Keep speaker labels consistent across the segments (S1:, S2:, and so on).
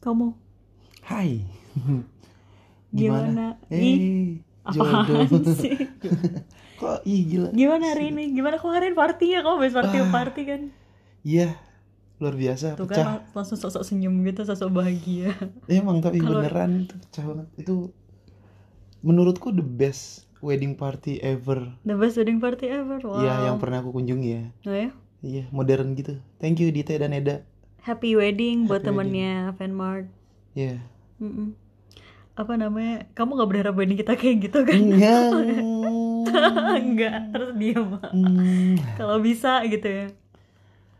S1: kamu?
S2: Hai.
S1: Gimana? Ih,
S2: Eh,
S1: apaan
S2: jodoh.
S1: sih?
S2: Kok ih gila.
S1: Gimana hari ini? Gimana kemarin partinya? Kamu habis party
S2: Ah.
S1: party kan?
S2: Iya. Luar biasa
S1: Tuh
S2: pecah. Eh,
S1: kan lang- langsung sosok senyum gitu, sosok bahagia.
S2: Emang tapi
S1: Kalau-
S2: beneran itu pecah banget. Itu menurutku the best wedding party ever.
S1: The best wedding party ever. Wow.
S2: Ya, yang pernah aku kunjungi ya.
S1: Oh ya?
S2: Iya, modern gitu. Thank you Dita dan Eda.
S1: Happy wedding buat
S2: Happy
S1: temennya Fanmark.
S2: Iya.
S1: Mm-mm. Apa namanya? Kamu nggak berharap wedding kita kayak gitu
S2: Mm.
S1: kan?
S2: Nyang.
S1: Enggak, terus diam.
S2: Hmm.
S1: Kalau bisa gitu ya.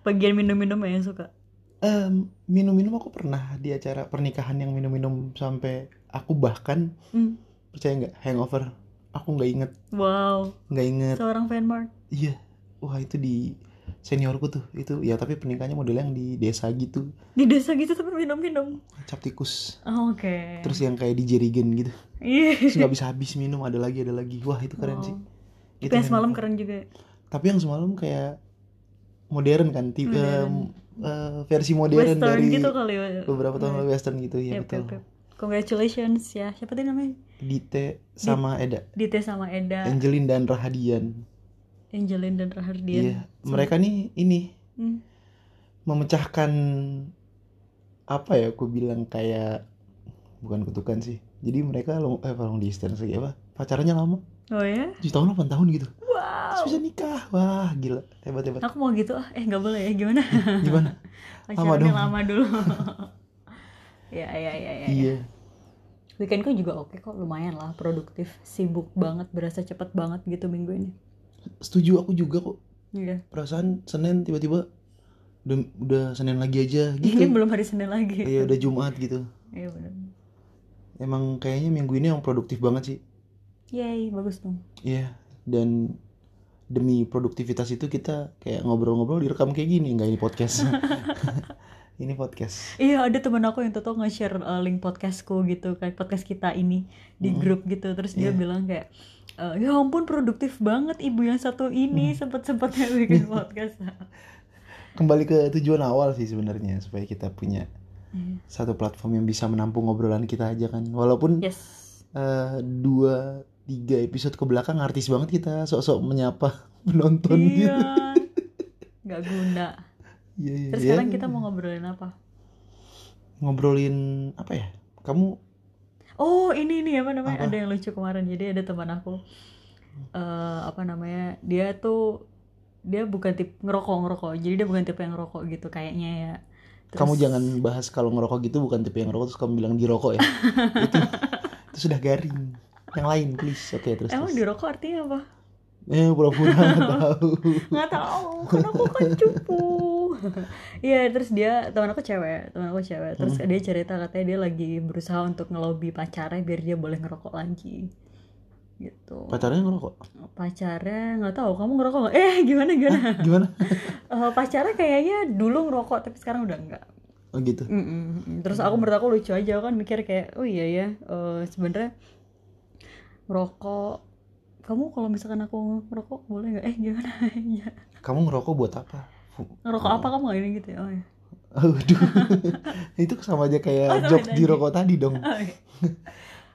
S1: Bagian minum-minum aja yang suka.
S2: Em, minum-minum aku pernah di acara pernikahan yang minum-minum sampai aku bahkan
S1: Mm.
S2: percaya nggak hangover aku nggak inget
S1: Wow,
S2: nggak inget
S1: seorang Fanmark.
S2: iya wah itu di seniorku tuh itu ya tapi pernikahannya model yang di desa gitu
S1: Di desa gitu tapi minum-minum.
S2: cap tikus
S1: Oh, Oke.
S2: terus yang kayak di jerigen gitu
S1: Iya.
S2: terus nggak bisa habis minum ada lagi ada lagi wah itu keren
S1: Wow.
S2: sih
S1: Oh.
S2: Gitu kan.
S1: Tapi
S2: Itu
S1: yang semalam
S2: hangover.
S1: keren juga. ya.
S2: tapi yang semalam kayak modern kan tipe
S1: Modern.
S2: em, eh, versi modern
S1: Western
S2: dari
S1: gitu kali ya.
S2: beberapa tahun lalu western gitu ya
S1: Yap,
S2: betul
S1: yap, yap. Congratulations ya. Siapa tadi namanya?
S2: Dite sama Eda
S1: Dite sama Eda,
S2: Angelin dan Rahadian
S1: Angelin dan Rahardian.
S2: Iya, mereka nih ini
S1: Hmm.
S2: memecahkan apa ya? Aku bilang kayak bukan kutukan sih. Jadi mereka long, eh, long distance lagi apa? Pacarannya lama,
S1: Oh ya?
S2: 7 tahun 8 tahun gitu. Terus
S1: Wow.
S2: bisa nikah. Wah, gila. Hebat hebat.
S1: Aku mau gitu ah, eh nggak boleh ya gimana?
S2: Gimana?
S1: Pacarannya
S2: dong.
S1: lama dulu. ya ya ya ya. ya.
S2: iya.
S1: Weekendku juga oke kok, lumayan lah, produktif, sibuk banget, berasa cepet banget gitu minggu ini.
S2: Setuju aku juga kok.
S1: Iya.
S2: Perasaan Senin tiba-tiba udah, udah Senin lagi aja
S1: Ini
S2: gitu.
S1: belum hari Senin lagi.
S2: Iya, udah Jumat gitu.
S1: Iya benar.
S2: Emang kayaknya minggu ini yang produktif banget sih.
S1: Yay, bagus dong.
S2: Iya, dan demi produktivitas itu kita kayak ngobrol-ngobrol direkam kayak gini, nggak ini podcast. ini podcast.
S1: Iya, ada temen aku yang tuh nge-share uh, link podcastku gitu, kayak podcast kita ini di
S2: Mm.
S1: grup gitu. Terus dia
S2: Iya.
S1: bilang kayak "Eh, ya ampun produktif banget ibu yang satu
S2: Mm.
S1: ini sempet-sempetnya bikin podcast.
S2: Kembali ke tujuan awal sih sebenarnya supaya kita punya
S1: Iya.
S2: satu platform yang bisa menampung ngobrolan kita aja kan. Walaupun
S1: yes.
S2: eh, dua tiga episode ke belakang artis banget kita sok-sok menyapa penonton gitu.
S1: Iya. Gak guna.
S2: Iya, iya,
S1: Terus
S2: iya.
S1: sekarang kita mau ngobrolin apa?
S2: ngobrolin apa ya? Kamu
S1: Oh ini nih apa namanya
S2: Apa?
S1: ada yang lucu kemarin jadi ada teman aku eh apa namanya dia tuh dia bukan tip ngerokok ngerokok jadi dia bukan tipe yang ngerokok gitu kayaknya ya Terus-
S2: kamu jangan bahas kalau ngerokok gitu bukan tipe yang ngerokok terus kamu bilang dirokok ya. itu itu sudah garing. Yang lain please. Oke, terus.
S1: emang
S2: terus.
S1: dirokok artinya apa
S2: Eh, pura-pura nggak tahu.
S1: nggak tahu karena aku kan cupu Iya terus dia teman aku cewek teman aku cewek terus dia cerita katanya dia lagi berusaha untuk ngelobi pacarnya biar dia boleh ngerokok lagi gitu
S2: Pacarnya ngerokok.
S1: pacarnya nggak tahu kamu ngerokok nggak eh gimana gimana
S2: Gimana?
S1: Eh, pacarnya kayaknya dulu ngerokok tapi sekarang udah enggak.
S2: Oh gitu.
S1: Mm-mm. Terus aku menurut aku lucu aja aku kan mikir kayak oh iya ya eh, sebenarnya ngerokok kamu kalau misalkan aku ngerokok boleh nggak? Eh gimana? Iya.
S2: Kamu ngerokok buat apa? Fu-
S1: ngerokok apa kamu nggak ini gitu ya? Oh, iya.
S2: Aduh. itu sama aja
S1: Oh,
S2: kayak
S1: sama
S2: jok
S1: tadi.
S2: di rokok tadi dong.
S1: Oh, iya.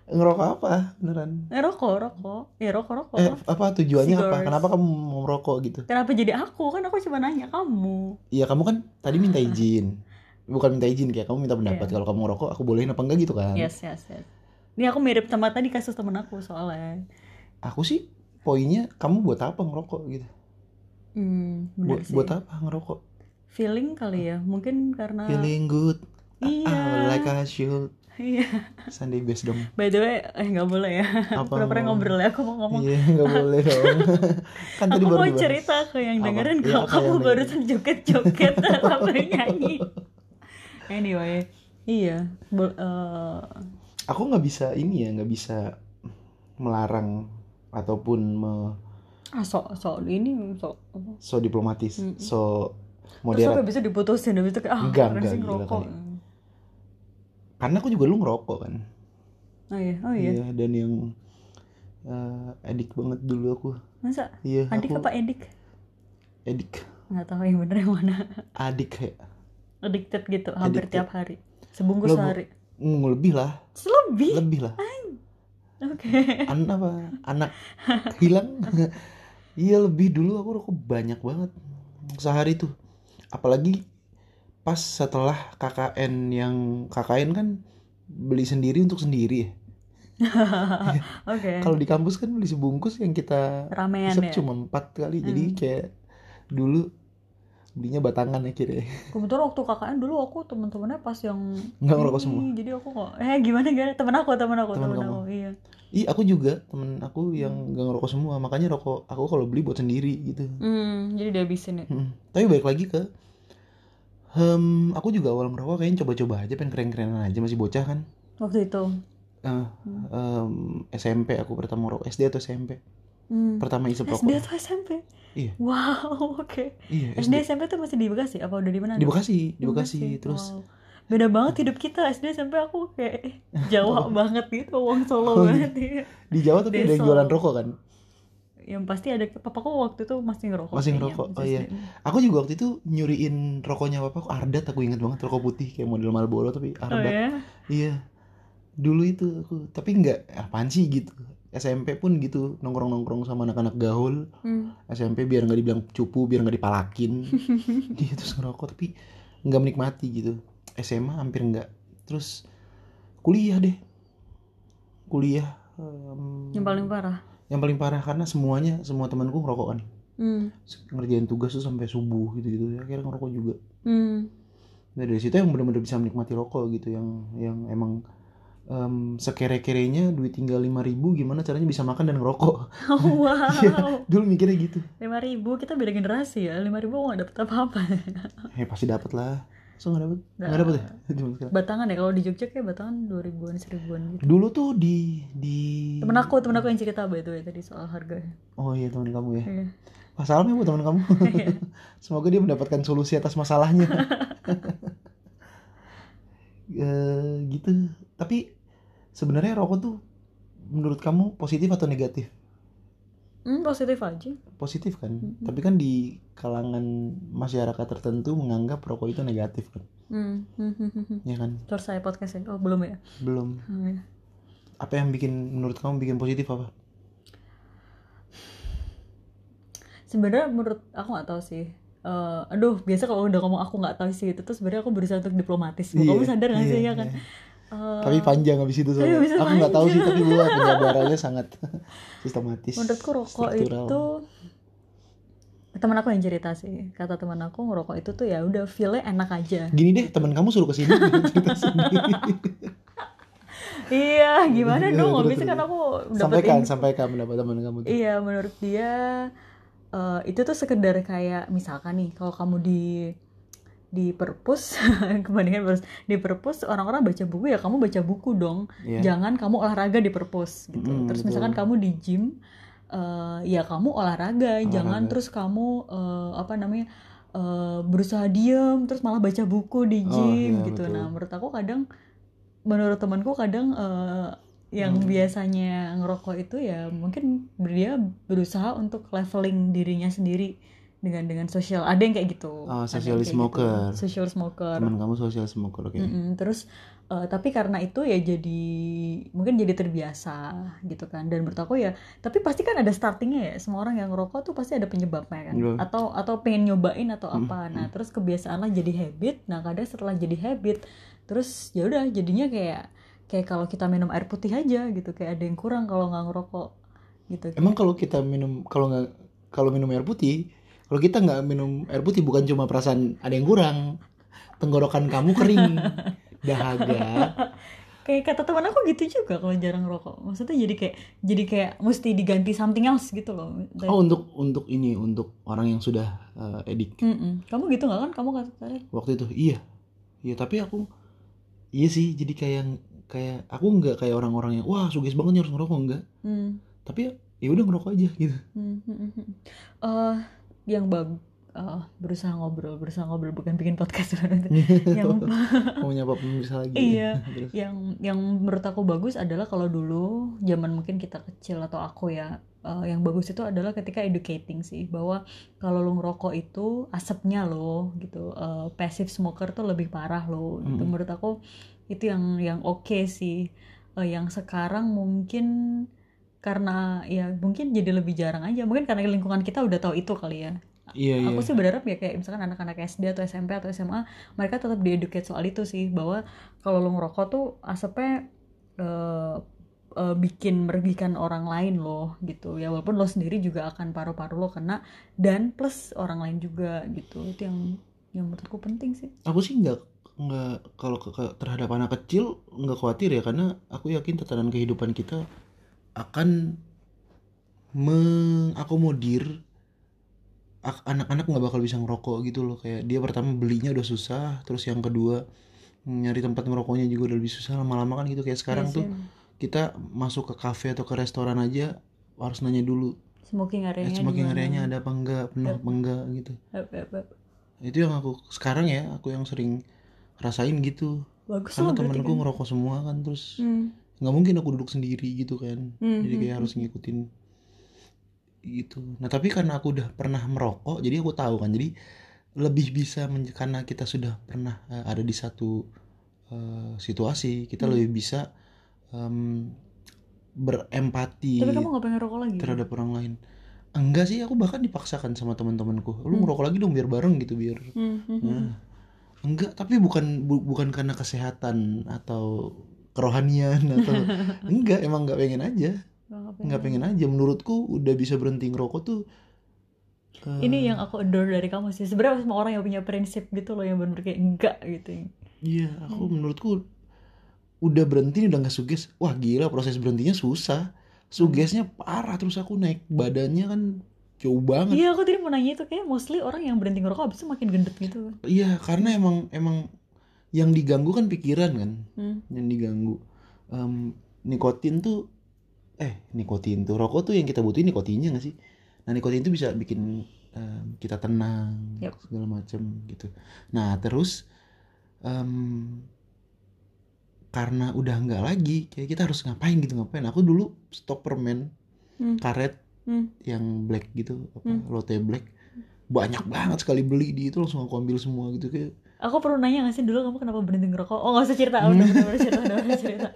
S2: Ngerokok apa? Beneran.
S1: Eh, rokok rokok ya rokok rokok.
S2: Eh, apa tujuannya apa?
S1: Cigars.
S2: Kenapa kamu mau merokok gitu?
S1: Kenapa jadi aku? Kan aku cuma nanya kamu.
S2: Iya, kamu kan tadi minta izin. Bukan minta izin kayak kamu minta pendapat
S1: Iya.
S2: kalau kamu ngerokok aku bolehin apa enggak gitu kan?
S1: Yes yes yes. Ini aku mirip sama tadi kasus temen aku soalnya.
S2: Aku sih poinnya kamu buat apa ngerokok gitu?
S1: Hmm, benar
S2: Buat,
S1: sih.
S2: buat apa ngerokok?
S1: Feeling kali ya, mungkin karena
S2: Feeling good.
S1: iya.
S2: Ah, like I should.
S1: Iya.
S2: Sunday best dong.
S1: By the way, eh nggak boleh ya.
S2: Apa
S1: Pura-pura
S2: mau-
S1: ngobrol ya, aku mau ngomong.
S2: Iya, nggak boleh dong. kan tadi
S1: aku
S2: baru
S1: mau
S2: dibahas.
S1: cerita ke yang
S2: Apa?
S1: dengerin
S2: Iya,
S1: kalau
S2: apa
S1: kamu
S2: yang dengerin?
S1: barusan joget-joget sambil nyanyi. Anyway, iya. Bo- eh,
S2: Aku nggak bisa ini ya, nggak bisa melarang ataupun me-
S1: ah, sok sok ini sok. apa?
S2: so diplomatis,
S1: Mm-mm.
S2: so
S1: Terus
S2: moderat.
S1: sampai bisa diputusin habis itu kayak ah,
S2: Enggak,
S1: orang
S2: enggak,
S1: sih
S2: gila
S1: ngerokok.
S2: kali. Karena aku juga lu ngerokok kan.
S1: Oh iya, oh iya.
S2: dan yang eh, edik banget dulu aku.
S1: Masa
S2: Iya,
S1: Adik
S2: aku
S1: apa Edik?
S2: edik.
S1: Nggak tahu yang bener yang mana.
S2: Adik ya.
S1: Addicted gitu, hampir
S2: Addicted.
S1: tiap hari. Sebungkus
S2: Lo-
S1: sehari.
S2: Mm, lebih lah
S1: Selebih.
S2: lebih lah
S1: Oke.
S2: anak apa anak hilang iya lebih dulu aku rokok banyak banget sehari tuh apalagi pas setelah KKN yang KKN kan beli sendiri untuk sendiri ya
S1: Oke.
S2: kalau di kampus kan beli sebungkus yang kita
S1: Ramean
S2: isep
S1: ya.
S2: cuma empat kali jadi
S1: Hmm.
S2: kayak dulu belinya batangan akhirnya
S1: Kebetulan waktu KKN dulu aku teman-temannya pas yang
S2: nggak ngerokok semua
S1: Ih, Jadi aku kok eh gimana gimana temen aku temen aku
S2: Temen
S1: temen,
S2: kamu.
S1: aku iya.
S2: Ih, aku juga temen aku yang gak ngerokok semua, makanya rokok aku kalau beli buat sendiri gitu.
S1: Hmm, jadi dihabisin ya.
S2: Mm. Tapi balik lagi ke, hmm, aku juga awal ngerokok kayaknya coba-coba aja, pengen keren-kerenan aja masih bocah kan.
S1: Waktu itu.
S2: Em, SMP aku pertama ngerokok, SD atau SMP?
S1: Hmm.
S2: Pertama isep
S1: SD
S2: rokok.
S1: atau SMP?
S2: Iya.
S1: Wow, oke.
S2: Iya,
S1: SD
S2: SD.
S1: SMP tuh masih di Bekasi apa udah di mana?
S2: Di Bekasi, di Oh, Bekasi. Terus
S1: wow. beda banget hidup kita SD SMP aku kayak eh, Jawa banget gitu, wong Solo
S2: Oh,
S1: banget. iya.
S2: di Jawa tapi ada yang
S1: Desa.
S2: jualan rokok kan?
S1: Yang pasti ada papaku waktu itu masih ngerokok.
S2: Masih
S1: kayaknya,
S2: ngerokok,
S1: masih
S2: oh iya.
S1: SD.
S2: Aku juga waktu itu nyuriin rokoknya apa aku Ardat aku inget banget rokok putih kayak model Marlboro tapi
S1: Oh
S2: Ardat.
S1: ya.
S2: Iya. Dulu itu aku, tapi nggak apaan sih gitu. SMP pun gitu, nongkrong-nongkrong sama anak-anak gaul.
S1: Hmm.
S2: SMP biar nggak dibilang cupu, biar nggak dipalakin. Dia terus ngerokok tapi nggak menikmati gitu. SMA hampir nggak. Terus kuliah deh. Kuliah em,
S1: Yang paling parah.
S2: yang paling parah karena semuanya semua temanku ngerokok kan.
S1: Hmm.
S2: Ngerjain tugas tuh sampai subuh gitu-gitu. Akhirnya ngerokok juga.
S1: Hmm.
S2: Nah, dari situ yang benar-benar bisa menikmati rokok gitu yang yang emang em, sekere-kerenya duit tinggal 5000 gimana caranya bisa makan dan ngerokok.
S1: Oh, wow.
S2: Dulu mikirnya gitu.
S1: Lima ribu kita beda generasi ya. Lima ribu nggak dapet apa-apa.
S2: Eh pasti dapat lah. So enggak dapat. Enggak dapat ya? Cuma sekarang.
S1: Batangan ya kalau di Jogja kayak batangan dua ribuan seribuan gitu.
S2: Dulu tuh di di
S1: Temen aku, temen aku yang cerita by the way tadi soal harga.
S2: Oh iya teman kamu ya.
S1: Iya.
S2: Masalahnya bu teman kamu.
S1: Iya.
S2: Semoga dia mendapatkan solusi atas masalahnya. Eh, gitu. Tapi sebenarnya rokok tuh menurut kamu positif atau negatif?
S1: Hmm, positif aja.
S2: positif kan
S1: Mhm.
S2: tapi kan di kalangan masyarakat tertentu menganggap rokok itu negatif kan
S1: Hmm. hmm, hmm, hmm, hmm.
S2: ya kan
S1: Terus saya podcast ya. Oh, belum ya.
S2: belum
S1: Hmm, ya.
S2: apa yang bikin menurut kamu bikin positif apa
S1: Sebenarnya menurut aku nggak tahu sih. Eh, aduh, biasa kalau udah ngomong aku nggak tahu sih itu tuh sebenarnya aku berusaha untuk diplomatis.
S2: Iya,
S1: Kamu sadar nggak sih
S2: iya,
S1: ya kan?
S2: iya.
S1: Eh,
S2: tapi panjang habis itu
S1: tapi
S2: soalnya
S1: habis itu
S2: aku nggak tahu sih
S1: Iya, panjang.
S2: tapi gua penjabarannya sangat sistematis
S1: menurutku rokok
S2: struktural.
S1: itu teman aku yang cerita sih kata teman aku ngerokok itu tuh ya udah feelnya enak aja
S2: gini deh teman kamu suruh kesini cerita sendiri
S1: iya gimana
S2: Iya,
S1: dong
S2: terus,
S1: habis itu
S2: terus.
S1: kan aku
S2: sampaikan
S1: dapetin
S2: sampaikan pendapat teman kamu tuh.
S1: iya menurut dia eh, itu tuh sekedar kayak misalkan nih kalau kamu di di perpus kebandingan perpus di perpus orang-orang baca buku ya kamu baca buku dong
S2: Iya.
S1: jangan kamu olahraga di perpus gitu.
S2: Mm,
S1: terus
S2: betul.
S1: misalkan kamu di gym eh, ya kamu olahraga, jangan
S2: Olahraga.
S1: terus kamu eh, apa namanya eh, berusaha diem terus malah baca buku di
S2: Oh,
S1: gym
S2: iya,
S1: gitu.
S2: betul.
S1: Nah menurut aku kadang menurut temanku kadang eh, yang
S2: Hmm.
S1: biasanya ngerokok itu ya mungkin dia berusaha untuk leveling dirinya sendiri dengan dengan sosial ada yang kayak gitu
S2: Oh,
S1: ada yang
S2: social
S1: kayak gitu.
S2: smoker.
S1: social smoker
S2: teman kamu sosial smoker oke
S1: Mm-mm. terus eh, tapi karena itu ya jadi mungkin jadi terbiasa gitu kan dan menurut aku ya tapi pasti kan ada startingnya ya semua orang yang ngerokok tuh pasti ada penyebabnya kan
S2: Iya.
S1: atau atau pengen nyobain atau apa
S2: Mm,
S1: nah terus kebiasaan lah jadi habit nah kadang setelah jadi habit terus ya udah jadinya kayak kayak kalau kita minum air putih aja gitu kayak ada yang kurang kalau nggak ngerokok gitu
S2: emang kalau kita minum kalau nggak kalau minum air putih kalau kita nggak minum air putih bukan cuma perasaan ada yang kurang tenggorokan kamu kering dahaga
S1: kayak kata teman aku gitu juga kalau jarang ngerokok maksudnya jadi kayak jadi kayak mesti diganti something else gitu loh
S2: oh untuk untuk ini untuk orang yang sudah eh, edik
S1: Mm-mm. Kamu gitu nggak kan? Kamu kata tadi.
S2: waktu itu iya iya tapi aku iya sih jadi kayak kayak aku nggak kayak orang-orang yang wah sugis banget nih harus ngerokok enggak
S1: Hmm,
S2: tapi ya ya udah ngerokok aja gitu
S1: hmm, hmm, hmm. Eh, yang bag eh, berusaha ngobrol, berusaha ngobrol bukan bikin podcast sebenarnya. yang
S2: mau nyapa pemirsa lagi
S1: Ya, Iya.
S2: Terus,
S1: yang yang menurut aku bagus adalah kalau dulu zaman mungkin kita kecil atau aku ya eh, eh, yang bagus itu adalah ketika educating sih bahwa kalau lo ngerokok itu asapnya lo gitu eh, passive smoker tuh lebih parah lo gitu
S2: Mm.
S1: menurut aku itu yang yang oke sih Eh, yang sekarang mungkin karena ya mungkin jadi lebih jarang aja mungkin karena lingkungan kita udah tahu itu kali ya
S2: iya iya
S1: aku sih berharap ya kayak misalkan anak-anak SD atau SMP atau SMA mereka tetap di-educate soal itu sih bahwa kalau lo ngerokok tuh asapnya eh, eh, bikin merugikan orang lain loh gitu ya walaupun lo sendiri juga akan paru-paru lo kena dan plus orang lain juga gitu itu yang yang menurutku penting sih
S2: aku sih nggak nggak kalau ke, ke- terhadap anak kecil nggak khawatir ya karena aku yakin tatanan kehidupan kita akan mengakomodir ak- anak-anak nggak bakal bisa ngerokok gitu loh kayak dia pertama belinya udah susah terus yang kedua nyari tempat ngerokoknya juga udah lebih susah lama-lama kan gitu kayak sekarang
S1: Iya
S2: tuh
S1: sih.
S2: kita masuk ke kafe atau ke restoran aja harus nanya dulu
S1: smoking
S2: eh,
S1: area-nya
S2: smoking
S1: di mana?
S2: areanya ada apa enggak penuh
S1: Iya.
S2: apa enggak gitu
S1: Ep, ep, ep.
S2: itu yang aku sekarang ya aku yang sering rasain gitu
S1: bagus
S2: karena
S1: loh berarti
S2: temenku
S1: kan
S2: ngerokok semua kan terus
S1: Hmm.
S2: nggak mungkin aku duduk sendiri gitu kan
S1: Hmm,
S2: jadi
S1: hmm,
S2: kayak harus ngikutin gitu nah tapi karena aku udah pernah merokok jadi aku tahu kan jadi lebih bisa men- karena kita sudah pernah eh, ada di satu eh, situasi kita
S1: Hmm.
S2: lebih bisa em, berempati
S1: tapi kamu nggak pengen rokok lagi
S2: terhadap orang lain enggak sih aku bahkan dipaksakan sama teman-temanku lu
S1: Hmm.
S2: merokok lagi dong biar bareng gitu biar
S1: Hmm, hmm, hmm, hmm.
S2: Nah, enggak tapi bukan bu- bukan karena kesehatan atau kerohanian atau enggak emang enggak pengen aja nggak pengen
S1: Hmm.
S2: aja menurutku udah bisa berhenti ngerokok tuh eh,
S1: ini yang aku adore dari kamu sih sebenarnya semua orang yang punya prinsip gitu loh yang bener kayak enggak gitu
S2: iya aku menurutku udah berhenti nih, udah nggak suges wah gila proses berhentinya susah sugesnya parah terus aku naik badannya kan jauh banget
S1: iya aku tadi mau nanya itu kayak mostly orang yang berhenti ngerokok abis itu makin gendut gitu kan
S2: iya karena emang emang yang diganggu kan pikiran kan
S1: hmm.
S2: yang diganggu Em, nikotin tuh eh nikotin tuh rokok tuh yang kita butuhin nikotinnya nggak sih nah nikotin itu bisa bikin em, kita tenang
S1: Yap.
S2: segala macam gitu nah terus em, karena udah nggak lagi kayak kita harus ngapain gitu ngapain aku dulu stok permen
S1: Hmm.
S2: karet
S1: Hmm.
S2: yang black gitu apa
S1: Hmm.
S2: lotte black banyak banget sekali beli di itu langsung aku ambil semua gitu kayak
S1: aku perlu nanya gak sih dulu kamu kenapa berhenti ngerokok oh gak usah cerita udah udah udah cerita udah udah cerita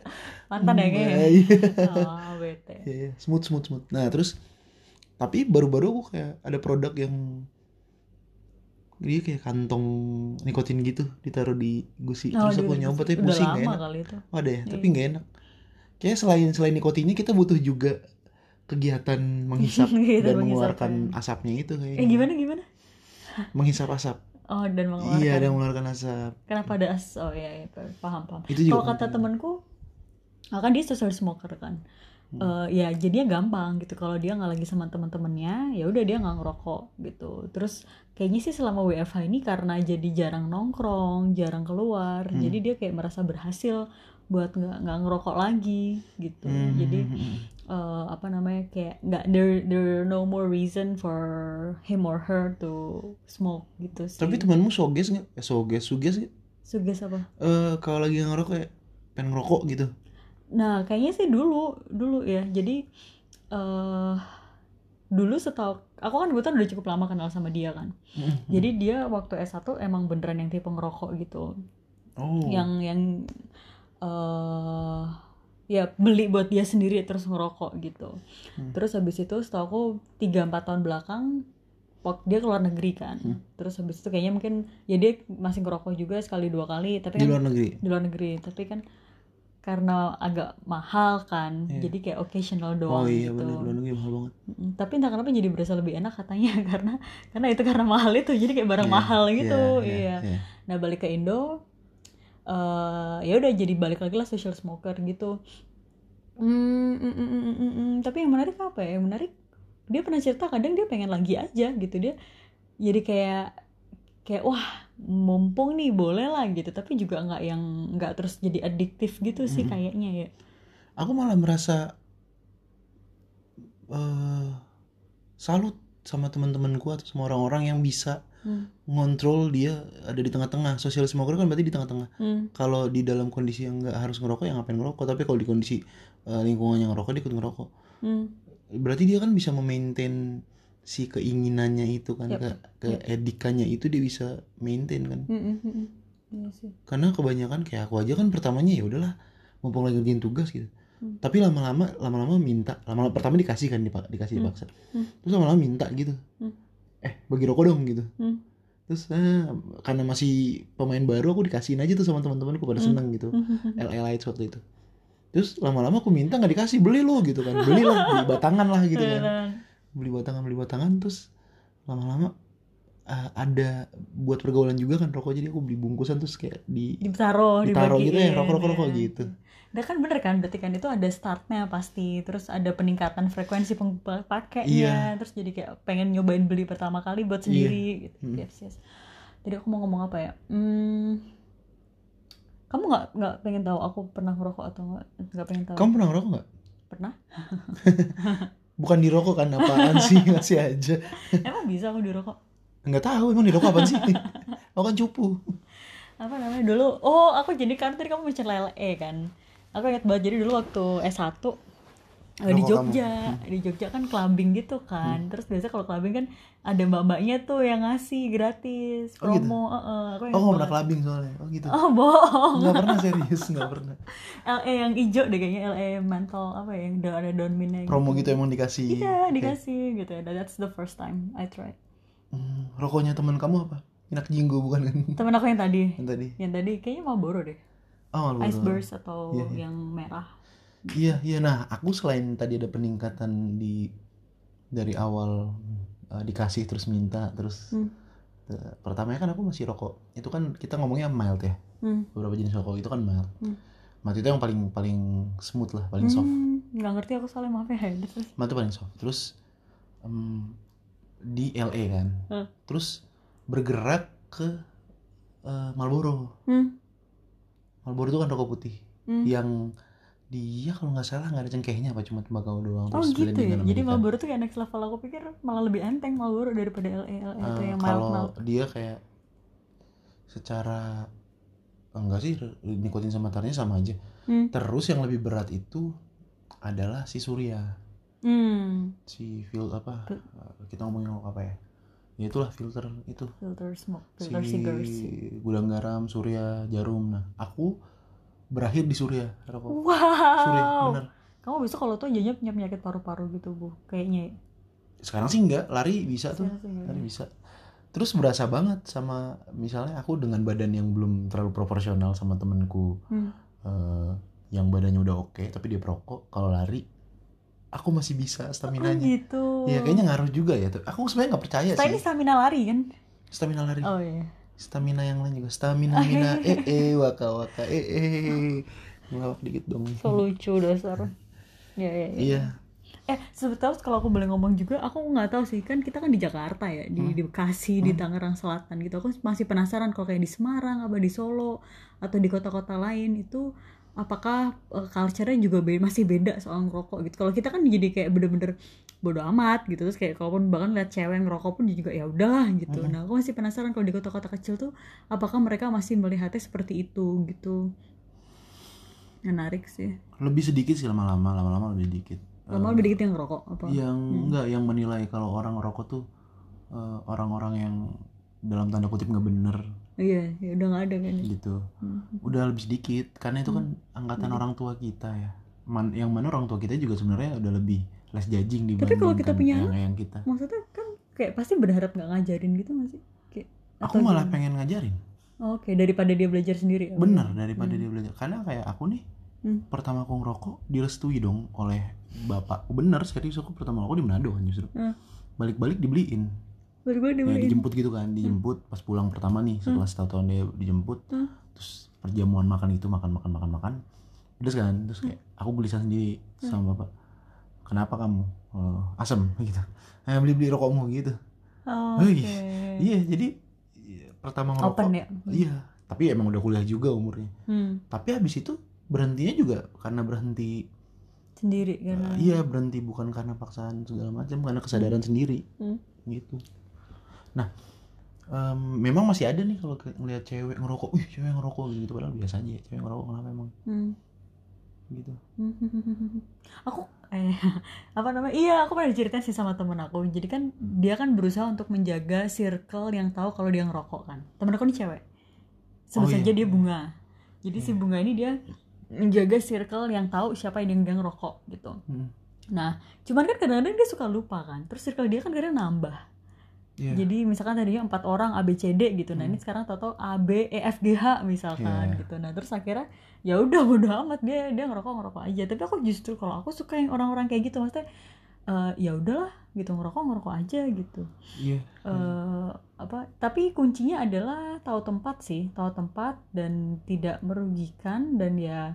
S1: mantan ya kayaknya
S2: "Mbak, Hmm. iya."
S1: oh bete
S2: Iya, iya. smooth smooth smooth nah terus tapi baru-baru aku kayak ada produk yang dia kayak kantong nikotin gitu ditaruh di gusi
S1: Oh,
S2: terus
S1: dia
S2: aku
S1: udah-
S2: nyoba tapi
S1: udah
S2: pusing
S1: lama
S2: nggak enak
S1: kali itu
S2: Oh, ada ya tapi
S1: Iya.
S2: nggak enak kayak selain selain nikotinnya kita butuh juga kegiatan menghisap
S1: Kegiatan
S2: dan
S1: menghisap,
S2: mengeluarkan
S1: ya.
S2: asapnya
S1: Gitu,
S2: itu
S1: eh
S2: kayaknya
S1: gimana gimana
S2: menghisap asap
S1: oh dan mengeluarkan
S2: iya dan mengeluarkan asap
S1: kenapa ada as oh ya, paham paham
S2: itu juga
S1: kalau kata
S2: penting.
S1: temanku ah, kan dia social smoker kan
S2: Hmm.
S1: Eh, ya jadinya gampang gitu kalau dia nggak lagi sama teman-temannya ya udah dia nggak ngerokok gitu terus kayaknya sih selama WFH ini karena jadi jarang nongkrong jarang keluar
S2: Hmm.
S1: jadi dia kayak merasa berhasil buat nggak nggak ngerokok lagi gitu
S2: Hmm,
S1: jadi
S2: hmm, hmm.
S1: eh, apa namanya kayak nggak there there no more reason for him or her to smoke gitu sih
S2: tapi temanmu soges nggak eh, soges suges nggak?
S1: suges apa
S2: Eh, kalau lagi ngerokok kayak pengen ngerokok gitu
S1: Nah, kayaknya sih dulu, dulu ya. Jadi eh dulu setahu aku kan gue tuh udah cukup lama kenal sama dia kan.
S2: Hmm, hmm.
S1: Jadi dia waktu S1 emang beneran yang tipe ngerokok gitu.
S2: oh
S1: Yang yang eh ya beli buat dia sendiri terus ngerokok gitu.
S2: Hmm.
S1: Terus habis itu setahu aku 3 4 tahun belakang waktu dia keluar negeri kan.
S2: Hmm.
S1: Terus habis itu kayaknya mungkin ya dia masih ngerokok juga sekali dua kali, tapi
S2: di
S1: kan
S2: luar negeri
S1: di luar negeri tapi kan karena agak mahal kan
S2: Iya.
S1: jadi kayak occasional
S2: oh
S1: doang
S2: iya
S1: gitu
S2: benar luar negeri mahal banget
S1: Mm, tapi entah kenapa jadi berasa lebih enak katanya karena karena itu karena mahal itu jadi kayak barang
S2: Iya,
S1: mahal
S2: iya,
S1: gitu
S2: iya,
S1: iya
S2: iya.
S1: nah balik ke Indo eh ya udah jadi balik lagi lah social smoker gitu Hmm, mm, mm, mm, mm, mm. tapi yang menarik apa ya yang menarik dia pernah cerita kadang dia pengen lagi aja gitu dia jadi kayak kayak wah mumpung nih boleh lah gitu tapi juga nggak yang nggak terus jadi adiktif gitu sih
S2: Mm-mm.
S1: kayaknya ya
S2: aku malah merasa eh salut sama teman-temanku atau sama orang-orang yang bisa
S1: Hmm.
S2: ngontrol dia ada di tengah-tengah social smoker kan berarti di tengah-tengah
S1: Hmm.
S2: kalau di dalam kondisi yang nggak harus ngerokok ya ngapain ngerokok tapi kalau di kondisi eh, lingkungan yang ngerokok dia ikut ngerokok
S1: Hmm.
S2: berarti dia kan bisa memaintain si keinginannya itu kan
S1: Yap.
S2: ke, ke etikanya itu dia bisa maintain kan
S1: Mm-mm, mm-mm. hmm, Iya sih.
S2: karena kebanyakan kayak aku aja kan pertamanya ya udahlah mumpung lagi ngerjain tugas gitu
S1: Hmm.
S2: tapi lama-lama lama-lama minta lama-lama pertama dikasih kan dipa- dikasih
S1: Hmm.
S2: dipaksa
S1: Hmm.
S2: terus lama-lama minta gitu
S1: Hmm.
S2: eh bagi rokok dong gitu
S1: Hmm.
S2: terus eh, karena masih pemain baru aku dikasihin aja tuh sama teman-temanku pada
S1: Hmm.
S2: seneng gitu
S1: Mm-mm.
S2: LA Lights waktu itu terus lama-lama aku minta nggak dikasih beli lo gitu kan beli lah beli batangan lah gitu kan
S1: Beneran.
S2: beli batangan beli batangan terus lama-lama eh, ada buat pergaulan juga kan rokok jadi aku beli bungkusan terus kayak di
S1: ditaruh
S2: ditaruh gitu ya
S1: dibagiin,
S2: rokok rokok rokok
S1: Oh, ya.
S2: gitu
S1: Nah kan bener kan berarti kan itu ada startnya pasti terus ada peningkatan frekuensi pakainya
S2: Iya.
S1: terus jadi kayak pengen nyobain beli pertama kali buat sendiri gitu.
S2: Mm.
S1: Yes, yes. Jadi aku mau ngomong apa ya? Hmm, kamu nggak nggak pengen tahu aku pernah ngerokok atau nggak nggak pengen tahu?
S2: kamu pernah ngerokok nggak
S1: Pernah?
S2: bukan di rokok kan apaan sih ngasih aja
S1: Emang bisa aku dirokok?
S2: nggak tahu emang di rokok apaan sih Aku kan cupu
S1: apa namanya dulu oh aku jadi kan tadi kamu mention LE kan aku ingat banget jadi dulu waktu S1 eh, di
S2: Rokok Hmm.
S1: Jogja di Jogja kan clubbing gitu kan terus biasa kalau clubbing kan ada mbak-mbaknya tuh yang ngasih gratis
S2: Oh, gitu?
S1: promo eh, eh, aku ingat
S2: aku nggak pernah
S1: banget.
S2: kelabing soalnya oh gitu
S1: oh bohong
S2: nggak pernah serius nggak pernah
S1: LE yang hijau deh kayaknya LE mantel apa ya yang udah ada downminnya
S2: promo gitu emang dikasih
S1: iya
S2: Oke.
S1: dikasih gitu ya that's the first time I tried
S2: Hmm, rokoknya teman kamu apa enak jinggo bukan kan
S1: temen aku yang tadi
S2: yang tadi
S1: yang tadi kayaknya Marlboro deh
S2: oh lu-
S1: Ice Burst atau
S2: Iya, iya.
S1: yang merah
S2: Iya, iya. Nah, aku selain tadi ada peningkatan di dari awal eh, dikasih terus minta terus
S1: Hmm.
S2: eh, pertamanya kan aku masih rokok. Itu kan kita ngomongnya mild ya.
S1: hmm.
S2: Beberapa jenis rokok itu kan mild.
S1: Hmm.
S2: Mati itu yang paling paling smooth lah, paling soft.
S1: Hmm, nggak ngerti aku soalnya maaf ya. Terus,
S2: Mati itu paling soft. Terus em, di LA kan.
S1: Hmm.
S2: Terus bergerak ke eh, Marlboro.
S1: hmm,
S2: Marlboro itu kan rokok putih
S1: hmm.
S2: yang dia kalau nggak salah nggak ada cengkehnya apa cuma tembakau doang
S1: Oh
S2: terus
S1: gitu ya.
S2: blendingan sama
S1: Jadi
S2: ikan.
S1: Marlboro tuh kayak next level aku pikir malah lebih enteng Marlboro daripada E, LE LE itu
S2: Eh,
S1: yang mild
S2: kalau
S1: mild.
S2: dia kayak secara enggak sih nikotin sama tarnya sama aja
S1: Hmm.
S2: terus yang lebih berat itu adalah si surya
S1: Hmm.
S2: si fil apa
S1: Ke-
S2: eh, kita ngomongin apa ya ya itulah filter itu
S1: Filter smoke,
S2: si
S1: filter cigars.
S2: gudang garam surya jarum nah aku berakhir di surya rokok surya
S1: Wow.
S2: Oh, bener
S1: Kamu besok kalau tuh jadinya punya penyakit paru-paru gitu bu, kayaknya. ya.
S2: sekarang sih enggak lari bisa tuh
S1: Serius ya.
S2: lari bisa terus berasa banget sama misalnya aku dengan badan yang belum terlalu proporsional sama temenku
S1: Hmm.
S2: eh, yang badannya udah oke tapi dia perokok kalau lari aku masih bisa
S1: Oh
S2: stamina nya
S1: gitu.
S2: ya kayaknya ngaruh juga ya tuh aku sebenarnya nggak percaya
S1: Saya ini
S2: sih
S1: stamina lari kan?
S2: stamina lari
S1: Oh iya.
S2: stamina yang lain juga stamina mina eh eh waka waka eh eh ngelawak dikit dong
S1: So lucu dasar. Ya ya. ya.
S2: iya
S1: Eh, sebetulnya kalau aku boleh ngomong juga, aku nggak tahu sih kan kita kan di Jakarta ya,
S2: Hmm.
S1: di, di Bekasi, di Tangerang Selatan gitu. Aku masih penasaran kalau kayak di Semarang, apa di Solo, atau di kota-kota lain itu apakah eh, culture-nya juga be- masih beda soal ngerokok gitu. Kalau kita kan jadi kayak bener-bener bodo amat gitu terus kayak kalaupun bahkan lihat cewek ngerokok pun juga ya udahlah gitu.
S2: Hmm.
S1: Nah, aku masih penasaran kalau di kota-kota kecil tuh apakah mereka masih melihatnya seperti itu gitu. Menarik sih.
S2: lebih sedikit sih lama-lama lama-lama lebih sedikit Eh, Iya.
S1: Lama lebih dikit yang ngerokok apa? Hmm.
S2: yang enggak yang menilai kalau orang rokok tuh eh, orang-orang yang dalam tanda kutip nggak bener
S1: Iya, ya udah nggak ada kayaknya.
S2: gitu
S1: Hmm.
S2: udah lebih sedikit karena itu kan angkatan orang tua kita ya Man- yang mana orang tua kita juga sebenarnya udah lebih less judging dibandingkan
S1: kalau kita punya
S2: yang, yang kita
S1: Maksudnya kan kayak pasti berharap nggak ngajarin gitu nggak sih? Kayak,
S2: aku
S1: atau
S2: malah
S1: gimana?
S2: pengen ngajarin
S1: Oh, Oke, daripada dia belajar sendiri. ya?
S2: bener daripada dia belajar karena kayak aku nih
S1: Hmm.
S2: pertama aku ngerokok direstui dong oleh bapak Oh, bener serius aku pertama aku di Manado kan justru
S1: Hmm.
S2: balik-balik dibeliin
S1: Baru gue
S2: ya
S1: dibeliin.
S2: dijemput gitu kan dijemput pas pulang pertama nih setelah setahun tahun dia dijemput
S1: Hmm.
S2: terus perjamuan makan itu makan makan makan makan terus kan terus kayak
S1: Hmm.
S2: aku gelisah sendiri sama bapak kenapa kamu Eh, asem gitu eh, beli beli rokokmu gitu
S1: Oh,
S2: Hei,
S1: Oke.
S2: iya jadi iya, pertama ngerokok
S1: Open ya.
S2: iya tapi emang udah kuliah juga umurnya
S1: Hmm.
S2: tapi habis itu berhentinya juga karena berhenti
S1: Sendiri kan. karena.
S2: eh, iya berhenti bukan karena paksaan segala macam karena kesadaran sendiri
S1: Hmm.
S2: gitu nah em, memang masih ada nih kalau ke- ngelihat cewek ngerokok wih cewek ngerokok gitu padahal biasa aja ya, cewek ngerokok kenapa emang
S1: Hmm.
S2: gitu
S1: Aku eh apa namanya iya aku pernah diceritain sih sama temen aku jadi kan dia kan berusaha untuk menjaga circle yang tahu kalau dia ngerokok kan temen aku nih cewek sebut
S2: Oh, iya.
S1: saja dia bunga jadi si
S2: Iya.
S1: bunga ini dia menjaga circle yang tahu siapa yang dia ngerokok gitu
S2: Hmm.
S1: nah cuman kan kadang-kadang dia suka lupa kan terus circle dia kan kadang nambah
S2: Iya.
S1: jadi misalkan tadinya empat orang A B C D gitu nah
S2: Hmm.
S1: ini sekarang tahu A B E F G H misalkan
S2: Iya.
S1: gitu nah terus akhirnya ya udah bodo amat dia dia ngerokok ngerokok aja tapi aku justru kalau aku suka yang orang-orang kayak gitu maksudnya eh, ya udahlah gitu ngerokok ngerokok aja gitu
S2: Iya.
S1: Eh, apa tapi kuncinya adalah tahu tempat sih tahu tempat dan tidak merugikan dan ya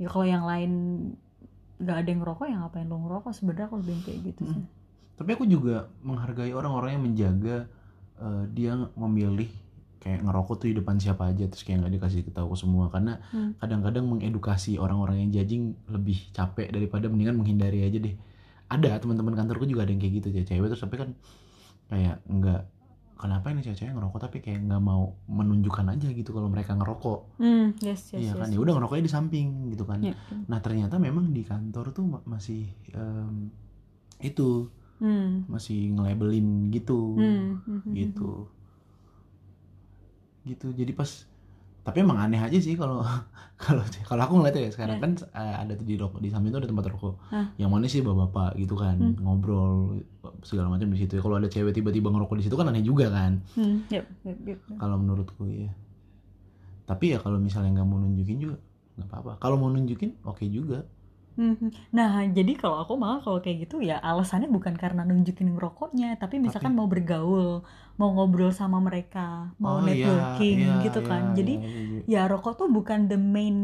S1: ya kalau yang lain nggak ada yang ngerokok ya ngapain lo ngerokok sebenarnya aku lebih yang kayak
S2: Hmm.
S1: gitu sih
S2: Tapi aku juga menghargai orang-orang yang menjaga eh, dia memilih kayak ngerokok tuh di depan siapa aja terus kayak nggak dikasih tahu ke semua karena
S1: Hmm.
S2: kadang-kadang mengedukasi orang-orang yang judging lebih capek daripada mendingan menghindari aja deh. Ada teman-teman kantorku juga ada yang kayak gitu ya cewek terus tapi kan kayak nggak kenapa ini cewek-cewek ngerokok tapi kayak nggak mau menunjukkan aja gitu kalau mereka ngerokok.
S1: Hmm, yes yes yes,
S2: Iya kan ya
S1: yes.
S2: udah ngerokoknya di samping gitu kan.
S1: Ya.
S2: Nah ternyata memang di kantor tuh ma- masih em, itu
S1: Hmm.
S2: masih nge-labelin gitu
S1: Hmm, hmm, hmm, hmm.
S2: gitu gitu jadi pas tapi emang aneh aja sih kalau kalau kalau aku ngeliatnya ya sekarang
S1: Iya.
S2: kan eh, ada tuh di rokok di samping itu ada tempat rokok
S1: Hah.
S2: yang mana sih bapak-bapak gitu kan
S1: Hmm.
S2: ngobrol segala macam di situ ya kalau ada cewek tiba-tiba ngerokok di situ kan aneh juga kan
S1: Hmm, yep, yep, yep.
S2: kalau menurutku ya tapi ya kalau misalnya nggak mau nunjukin juga nggak apa-apa kalau mau nunjukin oke juga
S1: Hmm. Nah, jadi kalau aku malah kalau kayak gitu ya alasannya bukan karena nunjukin ngerokoknya, tapi misalkan mau bergaul, mau ngobrol sama mereka, mau
S2: Oh, iya,
S1: networking
S2: iya,
S1: gitu kan.
S2: iya,
S1: Jadi
S2: iya, iya,
S1: ya rokok tuh bukan the main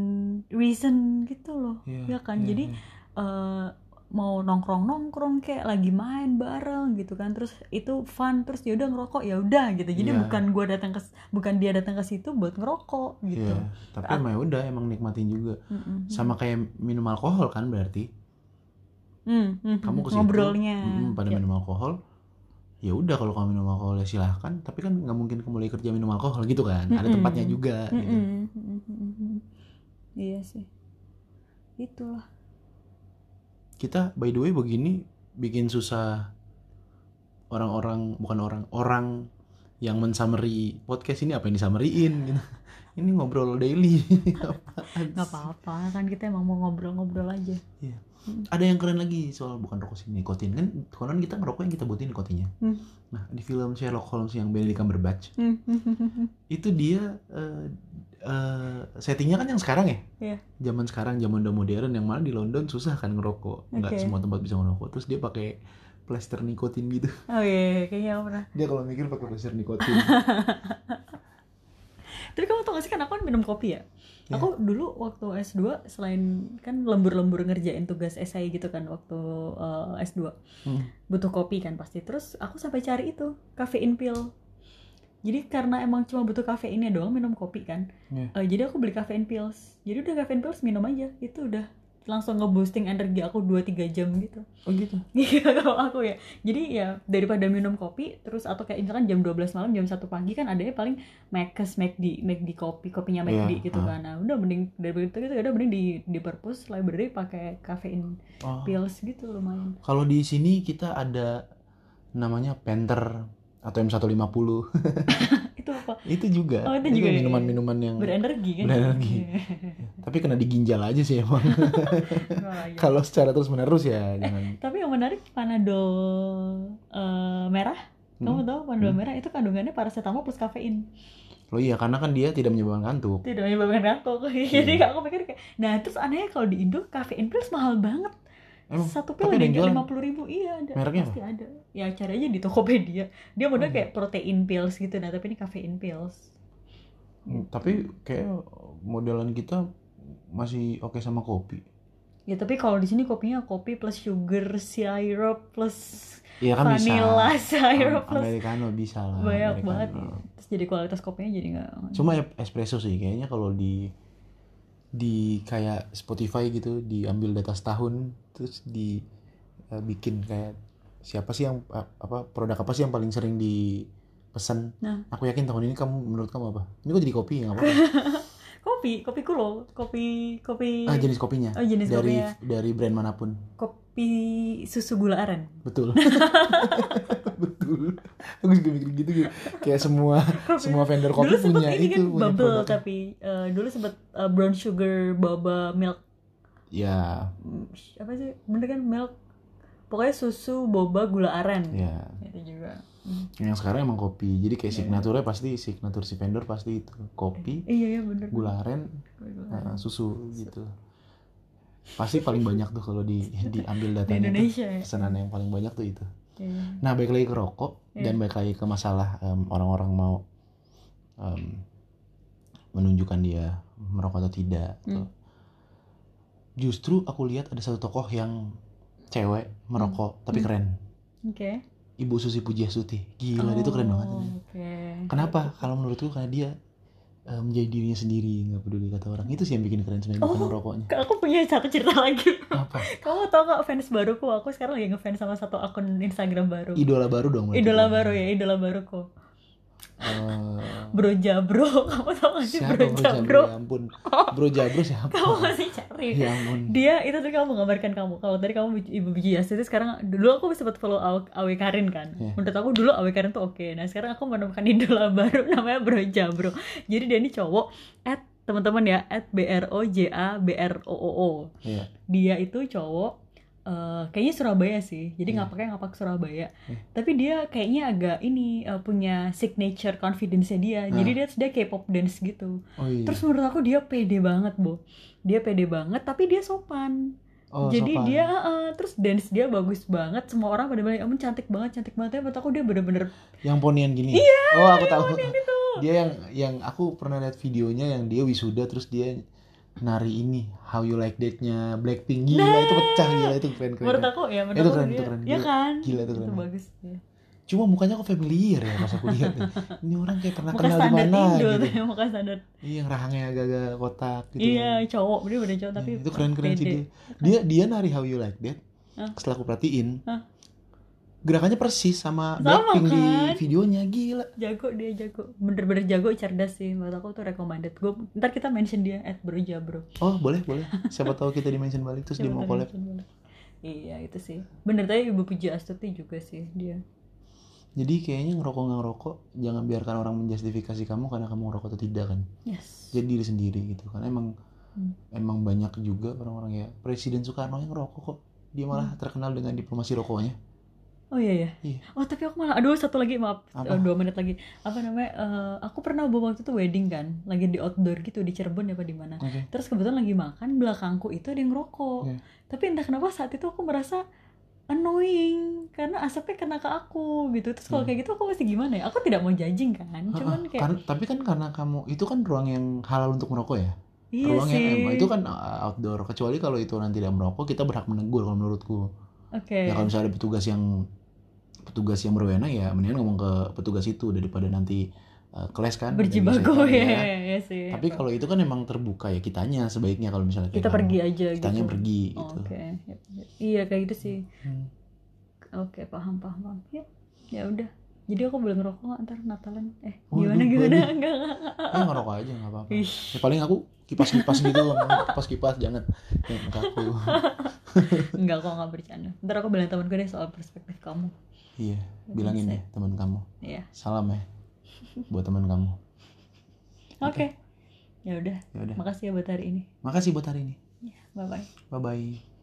S1: reason gitu loh.
S2: iya,
S1: ya kan,
S2: iya,
S1: jadi-
S2: iya.
S1: eh mau nongkrong nongkrong kayak lagi main bareng gitu kan terus itu fun terus ya udah ngerokok ya udah gitu jadi
S2: Iya.
S1: bukan gua datang ke bukan dia datang ke situ buat ngerokok gitu
S2: Iya, tapi emang ya udah emang nikmatin juga
S1: Mm-mm.
S2: sama kayak minum alkohol kan berarti
S1: Mm, mm,
S2: kamu
S1: mm.
S2: ke situ,
S1: ngobrolnya
S2: mm, pada
S1: Ya.
S2: minum alkohol ya udah kalau kamu minum alkohol ya silahkan tapi kan nggak mungkin kembali kerja minum alkohol gitu kan ada
S1: Mm-mm.
S2: tempatnya juga gitu
S1: Mm-mm, mm-mm, mm-mm. iya sih itulah
S2: kita by the way begini bikin susah orang-orang bukan orang orang yang mensameri podcast ini apa yang disameriin gitu ini ngobrol daily Apaan
S1: nggak
S2: sih?
S1: apa-apa kan kita emang mau ngobrol-ngobrol aja
S2: ada yang keren lagi soal bukan rokok sih nikotin kan konon kita ngerokok yang kita butuhin nikotinnya
S1: Hmm.
S2: nah di film Sherlock Holmes yang Benedict Cumberbatch
S1: Mm, mm, mm, mm.
S2: itu dia eh, eh, settingnya kan yang sekarang ya
S1: Iya.
S2: zaman sekarang zaman udah modern yang mana di London susah kan ngerokok nggak
S1: Oke.
S2: semua tempat bisa ngerokok terus dia pakai plaster nikotin gitu
S1: oh iya iya, kayaknya aku pernah
S2: dia kalau mikir pakai plaster nikotin
S1: tapi kamu tau gak sih kan aku kan minum kopi ya
S2: Iya.
S1: aku dulu waktu S2 selain kan lembur-lembur ngerjain tugas esai gitu kan waktu eh, S2
S2: Hmm.
S1: butuh kopi kan pasti terus aku sampai cari itu kafein pil jadi karena emang cuma butuh kafeinnya doang minum kopi kan
S2: Iya.
S1: Eh, jadi aku beli kafein pills jadi udah kafein pills minum aja itu udah langsung ngeboosting energi aku 2-3 jam gitu
S2: oh gitu
S1: Iya kalau aku ya jadi ya daripada minum kopi terus atau kayak misalkan jam 12 malam jam 1 pagi kan adanya paling Mc's McD McD kopi kopinya McD
S2: Iya,
S1: gitu
S2: ah.
S1: kan nah udah mending daripada itu gitu udah mending di di perpus library pakai kafein
S2: Oh.
S1: pills gitu lumayan
S2: kalau di sini kita ada namanya Panther atau M150
S1: itu apa
S2: itu juga
S1: Oh, itu juga ya?
S2: minuman-minuman yang
S1: berenergi kan
S2: Berenergi. tapi kena di ginjal aja sih emang
S1: Wah, iya.
S2: kalau secara terus menerus ya jangan
S1: tapi yang menarik panadol eh, merah kamu
S2: Hmm.
S1: tahu panadol
S2: Hmm.
S1: merah itu kandungannya paracetamol plus kafein
S2: Loh iya karena kan dia tidak menyebabkan kantuk
S1: tidak menyebabkan ngantuk jadi
S2: Hmm.
S1: aku pikir kayak nah terus anehnya kalau di Indo kafein pills mahal banget
S2: Emang,
S1: satu pil
S2: tapi
S1: ada
S2: ada
S1: yang
S2: yang jualan?
S1: lima puluh ribu iya ada
S2: Mereknya
S1: pasti ada ya cari aja di Tokopedia dia model
S2: Oh.
S1: kayak protein pills gitu nah tapi ini kafein pills Gitu.
S2: Hmm, tapi kayak modelan kita masih oke sama kopi
S1: ya tapi kalau di sini kopinya kopi plus sugar syrup plus
S2: iya kan
S1: vanilla
S2: bisa
S1: syrup
S2: Am-
S1: plus
S2: Americano bisa lah
S1: banyak
S2: Americano.
S1: banget ya. terus jadi kualitas kopinya jadi nggak
S2: cuma ya espresso sih kayaknya kalau di di kayak Spotify gitu diambil data setahun terus di eh, bikin kayak siapa sih yang a- apa produk apa sih yang paling sering dipesan
S1: Nah.
S2: aku yakin tahun ini kamu menurut kamu apa ini kok jadi kopi ya nggak apa-apa
S1: kopi kopi kulo kopi kopi
S2: ah jenis kopinya
S1: oh jenis
S2: dari
S1: kopinya
S2: dari brand manapun
S1: Kop- kopi susu gula aren
S2: betul betul aku juga mikir gitu, gitu. kayak semua semua vendor kopi
S1: dulu sempet
S2: punya
S1: ini
S2: itu
S1: kan
S2: punya
S1: bubble
S2: produknya.
S1: tapi eh, dulu sempet eh, brown sugar boba milk
S2: ya
S1: mm, apa sih bener kan milk pokoknya susu boba gula aren
S2: ya
S1: itu juga Hmm.
S2: yang sekarang emang kopi jadi kayak
S1: Iya.
S2: signaturnya pasti signatur si vendor pasti itu kopi
S1: iya iya bener
S2: gula aren
S1: Gula aren.
S2: uh, susu gitu pasti paling banyak tuh kalau di diambil
S1: di
S2: datanya tuh,
S1: Indonesia ya
S2: pesanan yang paling banyak tuh itu
S1: Iya.
S2: nah balik lagi ke rokok
S1: Iya.
S2: dan balik lagi ke masalah em, orang-orang mau em, menunjukkan dia merokok atau tidak
S1: Hmm.
S2: tuh. justru aku lihat ada satu tokoh yang cewek merokok tapi
S1: Hmm.
S2: keren
S1: oke
S2: ibu Susi Pujiastuti gila dia tuh keren banget
S1: Oh, oke
S2: Kenapa? Kalau menurutku karena dia eh, menjadi dirinya sendiri, nggak peduli kata orang. Itu sih yang bikin keren sebenarnya bukan
S1: Oh.
S2: rokoknya.
S1: Kak, aku punya satu cerita lagi
S2: Apa?
S1: kamu tau gak fans baruku aku sekarang lagi ngefans sama satu akun Instagram baru
S2: Idola baru dong. berarti.
S1: idola baru ya idola baruku
S2: Eh,
S1: Bro Jabro kamu tau gak sih
S2: siapa
S1: Bro
S2: Bro Jabro?
S1: Jabro Oh.
S2: Ya ampun. Bro Jabro siapa?
S1: kamu masih cari
S2: Ya ampun.
S1: dia itu tadi kamu menggambarkan kamu kalau tadi kamu bu- ibu biji jas itu sekarang dulu aku sempat follow Aw- Awe Karin kan
S2: Iya.
S1: menurut aku dulu Awe Karin tuh oke nah sekarang aku menemukan idola baru namanya Bro Jabro jadi dia ini cowok at teman-teman ya at B R O J A B R O O O
S2: Iya.
S1: dia itu cowok eh, kayaknya Surabaya sih
S2: Iya.
S1: jadi nggak pakai ngapak Surabaya tapi dia kayaknya agak ini eh, punya signature confidence-nya dia jadi dia dia K-pop dance gitu
S2: Oh Nah. iya.
S1: terus menurut aku dia pede banget bu dia pede banget tapi dia sopan
S2: oh,
S1: jadi
S2: sopan.
S1: dia eh, eh, terus dance dia bagus banget semua orang pada bilang amun cantik banget cantik banget tapi menurut aku dia bener-bener
S2: yang ponian gini. Iya. Oh, aku tahu.
S1: itu
S2: Dia yang yang aku pernah lihat videonya yang dia wisuda terus dia nari ini How You Like That-nya Blackpink gila
S1: Nah.
S2: itu pecah gila itu keren keren.
S1: menurut aku ya menurut
S2: Itu
S1: aku
S2: keren,
S1: dia
S2: itu keren.
S1: ya
S2: Gila.
S1: kan
S2: Gila, itu keren.
S1: bagus ya.
S2: Cuma mukanya kok familiar ya pas aku lihat. Ini orang kayak pernah
S1: muka
S2: kenal di
S1: standar
S2: mana
S1: Indo
S2: gitu.
S1: tuh ya, muka standar
S2: Iya, yang rahangnya agak-agak kotak gitu.
S1: iya
S2: kan.
S1: cowok dia bener cowok tapi
S2: Iya, itu keren-keren sih
S1: pede.
S2: dia. Dia dia nari How You Like That.
S1: Hah?
S2: Setelah aku perhatiin,
S1: Hah?
S2: gerakannya persis
S1: Sama
S2: sama, Blackpink di
S1: kan?
S2: videonya gila.
S1: jago dia jago bener-bener jago cerdas sih menurut aku tuh recommended gue ntar kita mention dia at bro jabro
S2: Oh boleh boleh. Siapa tahu kita di mention balik terus dia
S1: Siapa
S2: mau
S1: tahu
S2: collab.
S1: mention dia. iya itu sih bener tadi ibu puji astuti juga sih dia
S2: Jadi kayaknya ngerokok nggak ngerokok, jangan biarkan orang menjustifikasi kamu karena kamu ngerokok atau tidak kan.
S1: yes
S2: Jadi diri sendiri gitu. Karena emang
S1: Hmm.
S2: emang banyak juga orang-orang ya. Presiden Soekarno yang ngerokok kok. Dia malah
S1: Hmm.
S2: terkenal dengan diplomasi rokoknya.
S1: oh iya ya
S2: Iya.
S1: oh tapi aku malah aduh satu lagi maaf
S2: Apa?
S1: Eh, dua menit lagi apa namanya eh, aku pernah bawa waktu itu wedding kan lagi di outdoor gitu di Cirebon ya apa di mana
S2: Oke.
S1: terus kebetulan lagi makan belakangku itu ada yang ngerokok
S2: Iya.
S1: tapi entah kenapa saat itu aku merasa annoying karena asapnya kena ke aku gitu terus kalau
S2: Iya.
S1: kayak gitu aku mesti gimana ya aku tidak mau judging kan
S2: Ha-ha.
S1: cuman kayak
S2: Karena- tapi kan karena kamu itu kan ruang yang halal untuk merokok ya.
S1: iya
S2: ruang
S1: sih
S2: yang emang itu kan uh, outdoor. Kecuali kalau itu orang tidak merokok, kita berhak menegur kalau menurutku.
S1: oke
S2: Ya kalau misalnya ada petugas yang petugas yang berwenang ya mendingan ngomong ke petugas itu daripada nanti uh, kelas kan. ada
S1: berjibaku
S2: gesekan,
S1: ya, ya. sih
S2: Tapi kalau itu kan emang terbuka ya kitanya sebaiknya kalau misalnya kayak
S1: kita
S2: kamu.
S1: pergi aja gitu
S2: kitanya yang pergi
S1: Oh,
S2: gitu.
S1: oke Yap, yap. iya kayak gitu sih
S2: Hmm.
S1: oke paham paham paham Yap. ya udah jadi aku boleh ngerokok nggak ntar Natalan eh
S2: Waduh,
S1: gimana gimana
S2: waduh.
S1: enggak enggak
S2: Eh, ngerokok aja nggak apa-apa.
S1: Ih.
S2: Ya, paling aku kipas-kipas gitu, kipas-kipas jangan. Ya, enggak aku.
S1: enggak kok nggak bercanda ntar aku bilang temanku deh soal perspektif kamu
S2: Iya, bilangin deh teman kamu.
S1: Iya.
S2: Salam ya buat teman kamu.
S1: oke ya udah
S2: Ya udah.
S1: makasih ya buat hari ini
S2: Makasih buat hari ini.
S1: bye bye
S2: Bye bye.